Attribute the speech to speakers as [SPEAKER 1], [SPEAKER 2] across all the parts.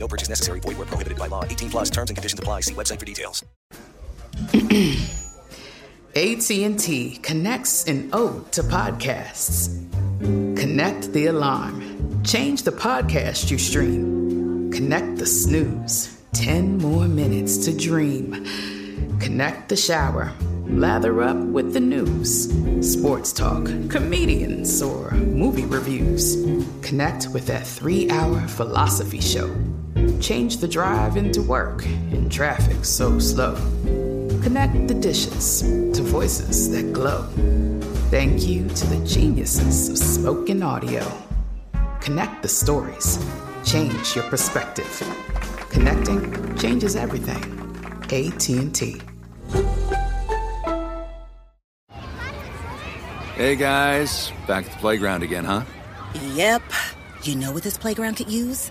[SPEAKER 1] No purchase necessary. Void where prohibited by law. 18 plus terms and conditions apply. See website for details.
[SPEAKER 2] AT&T connects an ode to podcasts. Connect the alarm. Change the podcast you stream. Connect the snooze. 10 more minutes to dream. Connect the shower. Lather up with the news, sports talk, comedians, or movie reviews. Connect with that three hour philosophy show. Change the drive into work in traffic so slow. Connect the dishes to voices that glow. Thank you to the geniuses of spoken audio. Connect the stories. Change your perspective. Connecting changes everything. AT&T.
[SPEAKER 3] Hey guys, back at the playground again, huh?
[SPEAKER 4] Yep. You know what this playground could use?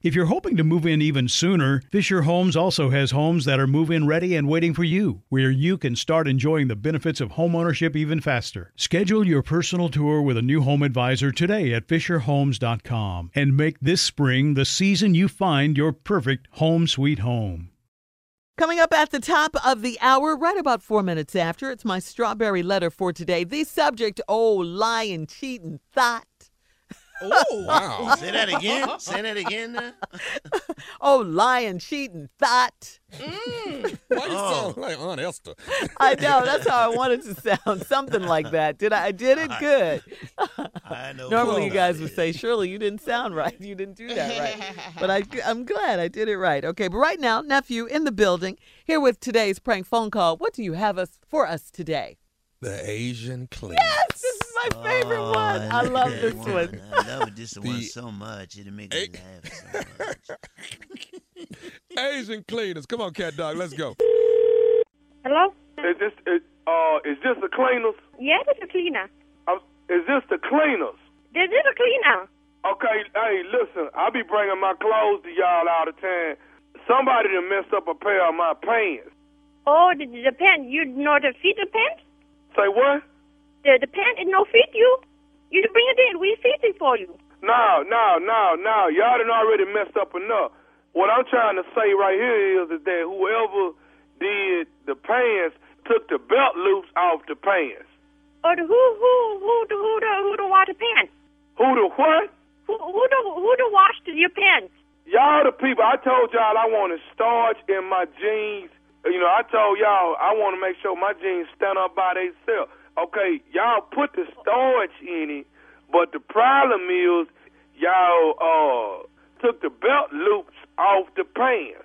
[SPEAKER 5] If you're hoping to move in even sooner, Fisher Homes also has homes that are move in ready and waiting for you, where you can start enjoying the benefits of homeownership even faster. Schedule your personal tour with a new home advisor today at FisherHomes.com and make this spring the season you find your perfect home sweet home.
[SPEAKER 6] Coming up at the top of the hour, right about four minutes after, it's my strawberry letter for today. The subject, oh, lying, cheating, thought.
[SPEAKER 7] Oh,
[SPEAKER 8] Wow. Say that again. Say that again. now.
[SPEAKER 6] Oh, lying, cheating, thought.
[SPEAKER 8] Mm.
[SPEAKER 6] Oh.
[SPEAKER 8] Why you sound like Aunt Esther?
[SPEAKER 6] I know, that's how I wanted to sound. Something like that. Did I, I did it good.
[SPEAKER 8] I know.
[SPEAKER 6] Normally,
[SPEAKER 8] who
[SPEAKER 6] you
[SPEAKER 8] that
[SPEAKER 6] guys would
[SPEAKER 8] is.
[SPEAKER 6] say, Shirley, you didn't sound right. You didn't do that right. But I, I'm glad I did it right. Okay, but right now, nephew in the building, here with today's prank phone call. What do you have us for us today?
[SPEAKER 8] the Asian clean.
[SPEAKER 6] Yes, this is my favorite
[SPEAKER 9] Uh,
[SPEAKER 10] Oh,
[SPEAKER 6] one. I love
[SPEAKER 10] that
[SPEAKER 6] this one.
[SPEAKER 10] I love this one
[SPEAKER 8] The-
[SPEAKER 10] so much. It makes me laugh so much.
[SPEAKER 8] Asian cleaners. Come on, cat dog. Let's go.
[SPEAKER 11] Hello?
[SPEAKER 9] Is this is, uh is this the cleaners?
[SPEAKER 11] Yeah, this is Lena.
[SPEAKER 9] I'm, is this the cleaners?
[SPEAKER 11] This is a cleaner.
[SPEAKER 9] Okay, hey, listen, I be bringing my clothes to y'all all the time. Somebody done messed up a pair of my pants.
[SPEAKER 11] Oh, the, the pant. You know the fit the pant?
[SPEAKER 9] Say what?
[SPEAKER 11] The, the pant is no fit you. You bring it in. We fit it for you.
[SPEAKER 9] No, no, no, no. Y'all done already messed up enough. What I'm trying to say right here is, is that whoever did the pants took the belt loops off the pants.
[SPEAKER 11] Or the who who who the who the who the wash the pants?
[SPEAKER 9] Who the what?
[SPEAKER 11] Who who the who the wash the, your pants?
[SPEAKER 9] Y'all the people. I told y'all I wanted starch in my jeans. You know, I told y'all I want to make sure my jeans stand up by themselves. Okay, y'all put the starch in it, but the problem is y'all uh took the belt loops off the pants.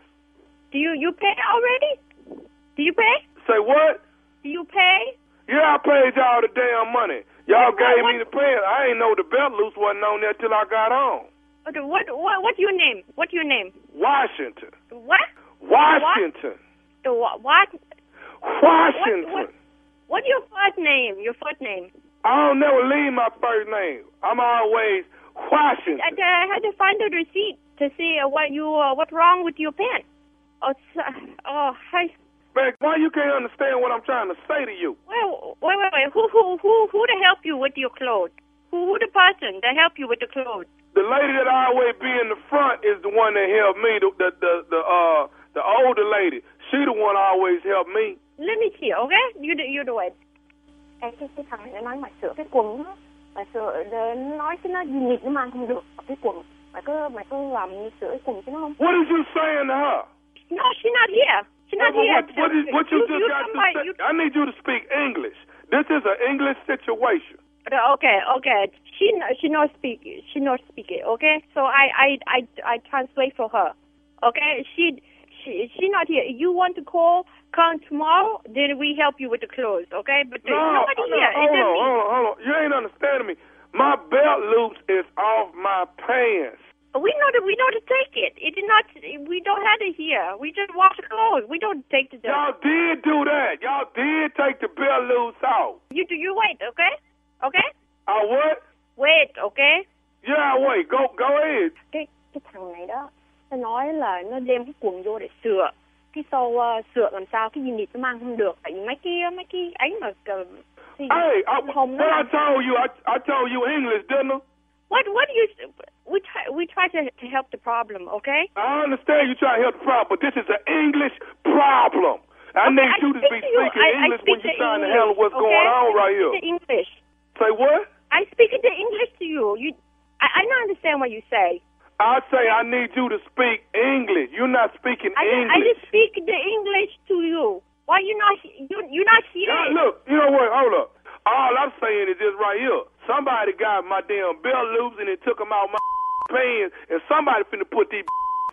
[SPEAKER 11] Do you you pay already? Do you pay?
[SPEAKER 9] Say what?
[SPEAKER 11] Do you pay?
[SPEAKER 9] Yeah, I paid y'all the damn money. Y'all
[SPEAKER 11] What-
[SPEAKER 9] gave
[SPEAKER 11] what-
[SPEAKER 9] me the pants. I ain't know the belt loops wasn't on there till I got on.
[SPEAKER 11] Or the- What what what's your name? What's your name?
[SPEAKER 9] Washington,
[SPEAKER 11] What?
[SPEAKER 9] Washington,
[SPEAKER 11] The what? What?
[SPEAKER 9] Washington.
[SPEAKER 11] What, what, what's your first name? Your first name?
[SPEAKER 9] I don't never leave my first name. I'm always Washington.
[SPEAKER 11] And I had to find a receipt to see uh, what you uh, what wrong with your pen. Oh, it's, uh, oh, I.
[SPEAKER 9] Man, why you can't understand what I'm trying to say to you?
[SPEAKER 11] Well, wait, wait, wait. Who, who, who, who to help you with your clothes? Who, who the person to help you with the clothes?
[SPEAKER 9] The lady that always be in the front is the one that helped me. The the the, the uh the older lady. She the one always helped me.
[SPEAKER 11] Let me see, okay? You do, you do it.
[SPEAKER 12] Em cái, cái thằng này nó nói mà sửa cái quần á, mà sửa nó nói cái nó gì nhịp nó mang không được cái quần mà cứ mà cứ làm như sửa cái quần chứ nó không
[SPEAKER 9] What is you saying to her?
[SPEAKER 11] No, she's not here. She's not
[SPEAKER 9] Well,
[SPEAKER 11] here.
[SPEAKER 9] What, what, is, what you, just got
[SPEAKER 11] somebody-
[SPEAKER 9] to say?
[SPEAKER 11] you-
[SPEAKER 9] I need you to speak English. This is an English situation.
[SPEAKER 11] uh, Okay, okay. She kn- she not speak she not speak it. Okay, so I I I I translate for her. Okay, she she she not here. You want to call? Come tomorrow. Then we help you with the clothes. Okay, but there's
[SPEAKER 9] No,
[SPEAKER 11] nobody
[SPEAKER 9] no,
[SPEAKER 11] here. It's
[SPEAKER 9] hold on,
[SPEAKER 11] just me.
[SPEAKER 9] hold on, hold on. You ain't understanding me. My belt loops is off my pants.
[SPEAKER 11] We know that we know to take it. It is not. We don't have it here. We just wash the clothes. We don't take the dirt.
[SPEAKER 9] Y'all did do that. Y'all did take the belt loops out.
[SPEAKER 11] You do. You wait. Okay. Okay.
[SPEAKER 9] I what?
[SPEAKER 11] Wait. Okay.
[SPEAKER 9] Yeah, wait. Go, go ahead.
[SPEAKER 12] cái cái thằng này đó nó nói là nó đem cái quần vô để sửa cái sau uh, sửa làm sao cái unit nó mang không được tại vì mấy cái mấy cái ấy mà cờ- cái gì?
[SPEAKER 9] Hey, I,
[SPEAKER 12] Cái
[SPEAKER 9] what I told you, I, I told you English, didn't I?
[SPEAKER 11] What what do you? We try we try to to help the problem. Okay.
[SPEAKER 9] I understand you try to help the problem, but this is an English problem.
[SPEAKER 11] Okay,
[SPEAKER 9] I need
[SPEAKER 11] I
[SPEAKER 9] you to
[SPEAKER 11] speak
[SPEAKER 9] be
[SPEAKER 11] to you.
[SPEAKER 9] speaking
[SPEAKER 11] I- I
[SPEAKER 9] English when
[SPEAKER 11] speak
[SPEAKER 9] you're
[SPEAKER 11] the
[SPEAKER 9] trying to
[SPEAKER 11] English,
[SPEAKER 9] handle what's
[SPEAKER 11] okay?
[SPEAKER 9] going on
[SPEAKER 11] I
[SPEAKER 9] right
[SPEAKER 11] speak
[SPEAKER 9] here.
[SPEAKER 11] the English.
[SPEAKER 9] Say what?
[SPEAKER 11] I speak the English to you. You, I, I don't understand what you say.
[SPEAKER 9] I say I need you to speak English. You're not speaking
[SPEAKER 11] I, ju- I
[SPEAKER 9] English.
[SPEAKER 11] just speak the English to you. Why you not he- you you not
[SPEAKER 9] Now,
[SPEAKER 11] here?
[SPEAKER 9] look, you know what? Hold up. All I'm saying is this right here. Somebody got my damn belt loops and it took them out my pants, and somebody finna put these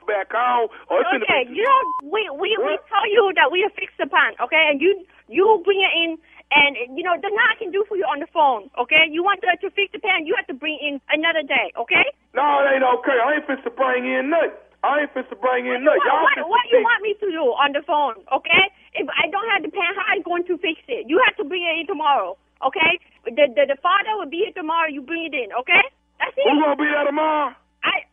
[SPEAKER 9] back on. Or it's finna
[SPEAKER 11] Okay,
[SPEAKER 9] be-
[SPEAKER 11] you know we we we tell you that we are fixed upon. Okay, and you you bring it in. And you know there's nothing I can do for you on the phone, okay? You want to, to fix the pan, you have to bring in another day, okay?
[SPEAKER 9] No, it ain't okay. I ain't finna bring in nothing. I ain't finna bring in
[SPEAKER 11] What,
[SPEAKER 9] nothing. Y'all
[SPEAKER 11] what,
[SPEAKER 9] finna
[SPEAKER 11] what you
[SPEAKER 9] fix-
[SPEAKER 11] want me to do on the phone, okay? If I don't have the pan, how are you going to fix it? You have to bring it in tomorrow, okay? The the, the father will be here tomorrow. You bring it in, okay? That's it.
[SPEAKER 9] Who gonna be there tomorrow?
[SPEAKER 11] I,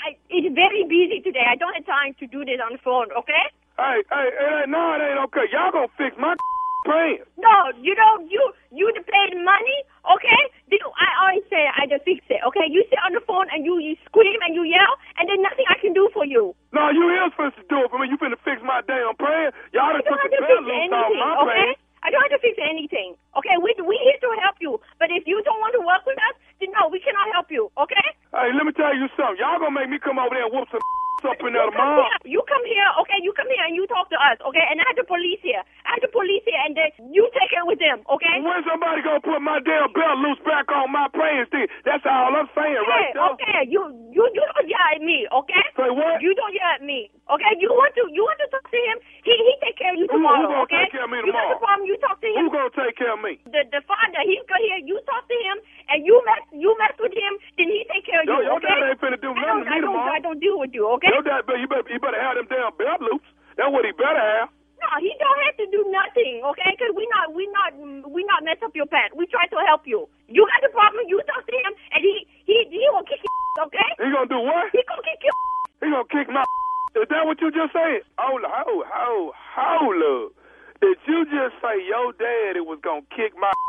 [SPEAKER 11] I it's very busy today. I don't have time to do this on the phone, okay?
[SPEAKER 9] Hey, hey, it ain't, no, it ain't okay. Y'all gonna fix my pants.
[SPEAKER 11] No, Oh, you don't. You you to pay the money, okay? You, I always say I just fix it, okay? You sit on the phone and you, you scream and you yell, and there's nothing I can do for you.
[SPEAKER 9] No, you is supposed to do it for me. You finna fix my damn pants. Y'all
[SPEAKER 11] I
[SPEAKER 9] done
[SPEAKER 11] don't have
[SPEAKER 9] took
[SPEAKER 11] to
[SPEAKER 9] the
[SPEAKER 11] fix
[SPEAKER 9] belt loose off
[SPEAKER 11] anything,
[SPEAKER 9] my
[SPEAKER 11] okay?
[SPEAKER 9] pants.
[SPEAKER 11] I don't have to fix anything, okay? We we here to help you, but if you don't want to work with us, then no, we cannot help you, okay?
[SPEAKER 9] Hey, let me tell you something. Y'all gonna make me come over there and whoop some up in there
[SPEAKER 11] You come
[SPEAKER 9] tomorrow.
[SPEAKER 11] here, you come here, okay? You come here and you talk to us, okay? And I have the police here. I have the police here, and then you take it with them, okay?
[SPEAKER 9] When somebody gonna put my damn belt loose back on my pants, then that's all I'm saying
[SPEAKER 11] Okay,
[SPEAKER 9] right there.
[SPEAKER 11] okay, you you you don't yell at me, okay?
[SPEAKER 9] Say what?
[SPEAKER 11] You don't yell at me, okay? You want to you want to talk to him? He he take care of you
[SPEAKER 9] Who- who
[SPEAKER 11] tomorrow,
[SPEAKER 9] gonna
[SPEAKER 11] okay?
[SPEAKER 9] take care of me
[SPEAKER 11] You got
[SPEAKER 9] tomorrow?
[SPEAKER 11] the problem? You talk to him.
[SPEAKER 9] Who gonna take care of me?
[SPEAKER 11] the the father? He's gonna hear you talk to him, and you mess you mess with him, then he take care of
[SPEAKER 9] Yo,
[SPEAKER 11] you,
[SPEAKER 9] your
[SPEAKER 11] okay?
[SPEAKER 9] dad ain't finna do
[SPEAKER 11] I don't
[SPEAKER 9] nothing to
[SPEAKER 11] I
[SPEAKER 9] me
[SPEAKER 11] don't
[SPEAKER 9] tomorrow.
[SPEAKER 11] I don't deal with you, okay?
[SPEAKER 9] Your dad, better- you better, you better have them damn belt loops. That's what he better have.
[SPEAKER 11] No, he don't have to do nothing, okay? Because we not we not we not mess up your pants. We try to help you. You got the problem? You talk to him, and he he he will kick your okay?
[SPEAKER 9] He gonna do what?
[SPEAKER 11] He gonna kick your
[SPEAKER 9] He gonna kick my. Is that what you just said? Hold, hold, hold, hold up. Did you just say your daddy was gonna kick my?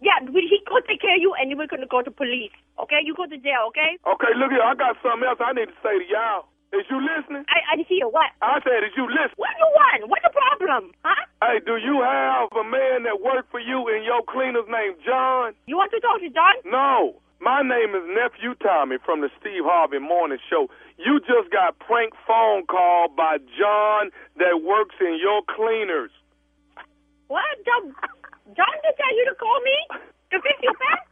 [SPEAKER 11] Yeah, we, he go take care of you, and we're gonna go to police. Okay, you go to jail. Okay.
[SPEAKER 9] Okay, look here. I got something else I need to say to y'all. Is you listening?
[SPEAKER 11] I I hear what?
[SPEAKER 9] I said, is you listening?
[SPEAKER 11] What you want? What's the problem? Huh?
[SPEAKER 9] Hey, do you have a man that worked for you in your cleaner's named John?
[SPEAKER 11] You want to talk to John?
[SPEAKER 9] No. My name is Nephew Tommy from the Steve Harvey Morning Show. You just got prank phone call by John that works in your cleaners.
[SPEAKER 11] What? John? John did tell you to call me to fix your pants?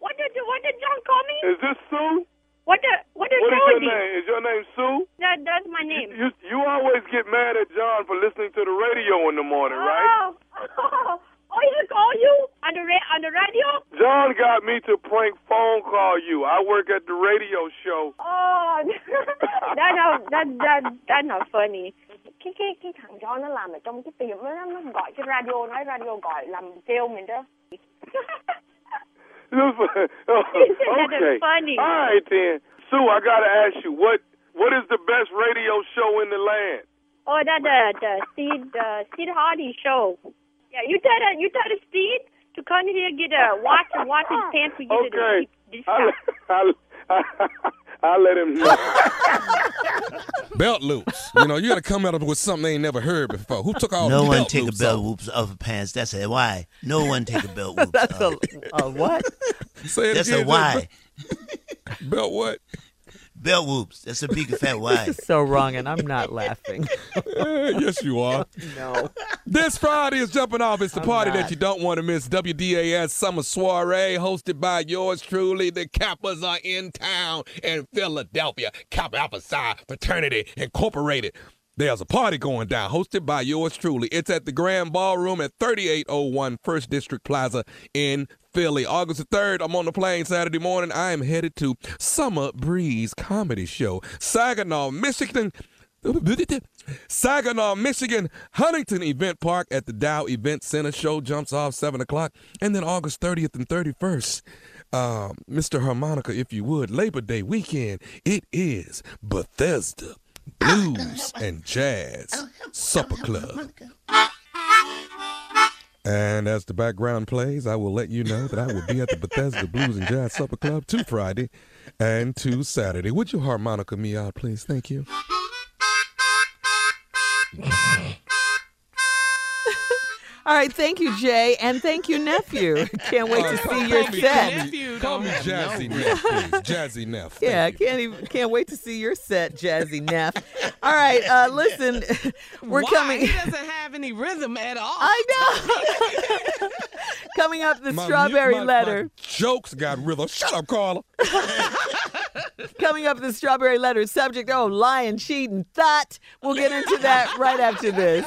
[SPEAKER 11] What did What did John call me?
[SPEAKER 9] Is this Sue?
[SPEAKER 11] What the What did
[SPEAKER 9] What is
[SPEAKER 11] John
[SPEAKER 9] your name? Is your name Sue?
[SPEAKER 11] That that's my name.
[SPEAKER 9] You you always get mad at John for listening to the radio in the morning, right?
[SPEAKER 11] Oh, oh, oh, he call you on the ra- on the radio?
[SPEAKER 9] John got me to prank phone call you. I work at the radio show.
[SPEAKER 11] Oh, that not that that that not funny.
[SPEAKER 12] cái cái cái thằng John nó làm ở trong cái tiệm đó, nó nó gọi cái radio nói radio gọi làm trêu mình đó
[SPEAKER 9] okay.
[SPEAKER 13] funny.
[SPEAKER 9] All right then, Sue. I gotta ask you what what is the best radio show in the land?
[SPEAKER 13] Oh, that the the Sid the Sid Hardy show. Yeah, you tell the, you tell the Sid to come here get a watch and watch his pants for you
[SPEAKER 9] Okay.
[SPEAKER 13] to this
[SPEAKER 9] I I I, I let him know.
[SPEAKER 11] Belt loops. You know, you got to come out with something they ain't never heard before. Who took all
[SPEAKER 1] No
[SPEAKER 11] the
[SPEAKER 1] one
[SPEAKER 11] belt
[SPEAKER 1] take a
[SPEAKER 11] loops
[SPEAKER 1] belt
[SPEAKER 11] off?
[SPEAKER 1] whoops off of pants. That's a why. No one take a belt whoops.
[SPEAKER 14] That's a, a what?
[SPEAKER 11] Say it
[SPEAKER 1] That's
[SPEAKER 11] again,
[SPEAKER 1] a why.
[SPEAKER 11] Belt what?
[SPEAKER 1] Belt whoops. That's a big fat why.
[SPEAKER 14] This is so wrong, and I'm not laughing.
[SPEAKER 11] Eh, yes, you are.
[SPEAKER 14] No.
[SPEAKER 11] This Friday is jumping off. It's the
[SPEAKER 14] I'm
[SPEAKER 11] party
[SPEAKER 14] not.
[SPEAKER 11] that you don't want to miss. WDAS Summer Soiree, hosted by yours truly. The Kappas are in town in Philadelphia. Kappa Alpha Psi Fraternity Incorporated. There's a party going down, hosted by yours truly. It's at the Grand Ballroom at 3801 First District Plaza in Philly. August the 3rd, I'm on the plane Saturday morning. I am headed to Summer Breeze Comedy Show, Saginaw, Michigan. Saginaw, Michigan, Huntington Event Park at the Dow Event Center. Show jumps off 7 o'clock. And then August 30th and 31st, uh, Mr. Harmonica, if you would, Labor Day weekend, it is Bethesda Blues and Jazz Supper Club. And as the background plays, I will let you know that I will be at the Bethesda Blues and Jazz Supper Club two Friday and two Saturday. Would you harmonica me out, please? Thank you.
[SPEAKER 14] All right, thank you, Jay, and thank you, nephew. Can't wait to see your set.
[SPEAKER 11] Call me Jazzy Neff, please. Jazzy Neff.
[SPEAKER 14] Yeah, can't even can't wait to see your set, Jazzy Neff. All right, uh, listen, we're
[SPEAKER 15] Why? He
[SPEAKER 14] coming
[SPEAKER 15] doesn't have any rhythm at all.
[SPEAKER 14] I coming up the
[SPEAKER 11] My mu-
[SPEAKER 14] strawberry
[SPEAKER 11] my- my
[SPEAKER 14] letter.
[SPEAKER 11] jokes got rhythm. Shut up, Carla.
[SPEAKER 14] Coming up the strawberry letter subject. Oh, lying, cheating, thought. We'll get into that right after this.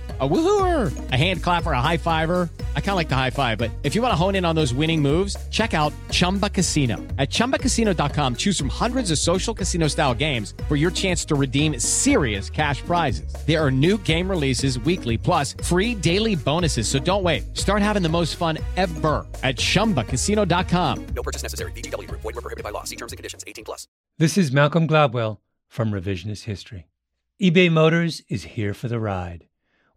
[SPEAKER 16] A woohooer, a hand clapper, a high fiver. I kind of like the high five, but if you want to hone in on those winning moves, check out Chumba Casino. At chumbacasino.com, choose from hundreds of social casino style games for your chance to redeem serious cash prizes. There are new game releases weekly, plus free daily bonuses. So don't wait. Start having the most fun ever at chumbacasino.com.
[SPEAKER 17] No purchase necessary. VGW Group. Void were prohibited by law. See terms and conditions. 18 plus.
[SPEAKER 18] This is Malcolm Gladwell from Revisionist History. eBay Motors is here for the ride.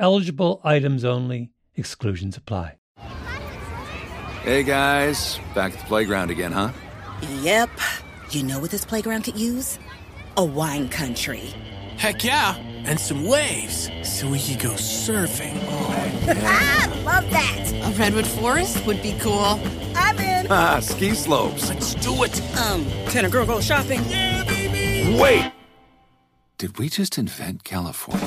[SPEAKER 18] Eligible items only, exclusions apply.
[SPEAKER 3] Hey guys, back at the playground again, huh?
[SPEAKER 19] Yep. You know what this playground could use? A wine country.
[SPEAKER 20] Heck yeah, and some waves so we could go surfing.
[SPEAKER 19] ah, love that.
[SPEAKER 15] A redwood forest would be cool.
[SPEAKER 19] I'm in.
[SPEAKER 3] Ah, ski slopes.
[SPEAKER 15] Let's do it.
[SPEAKER 19] Um, can a girl go shopping?
[SPEAKER 3] Wait! Did we just invent California?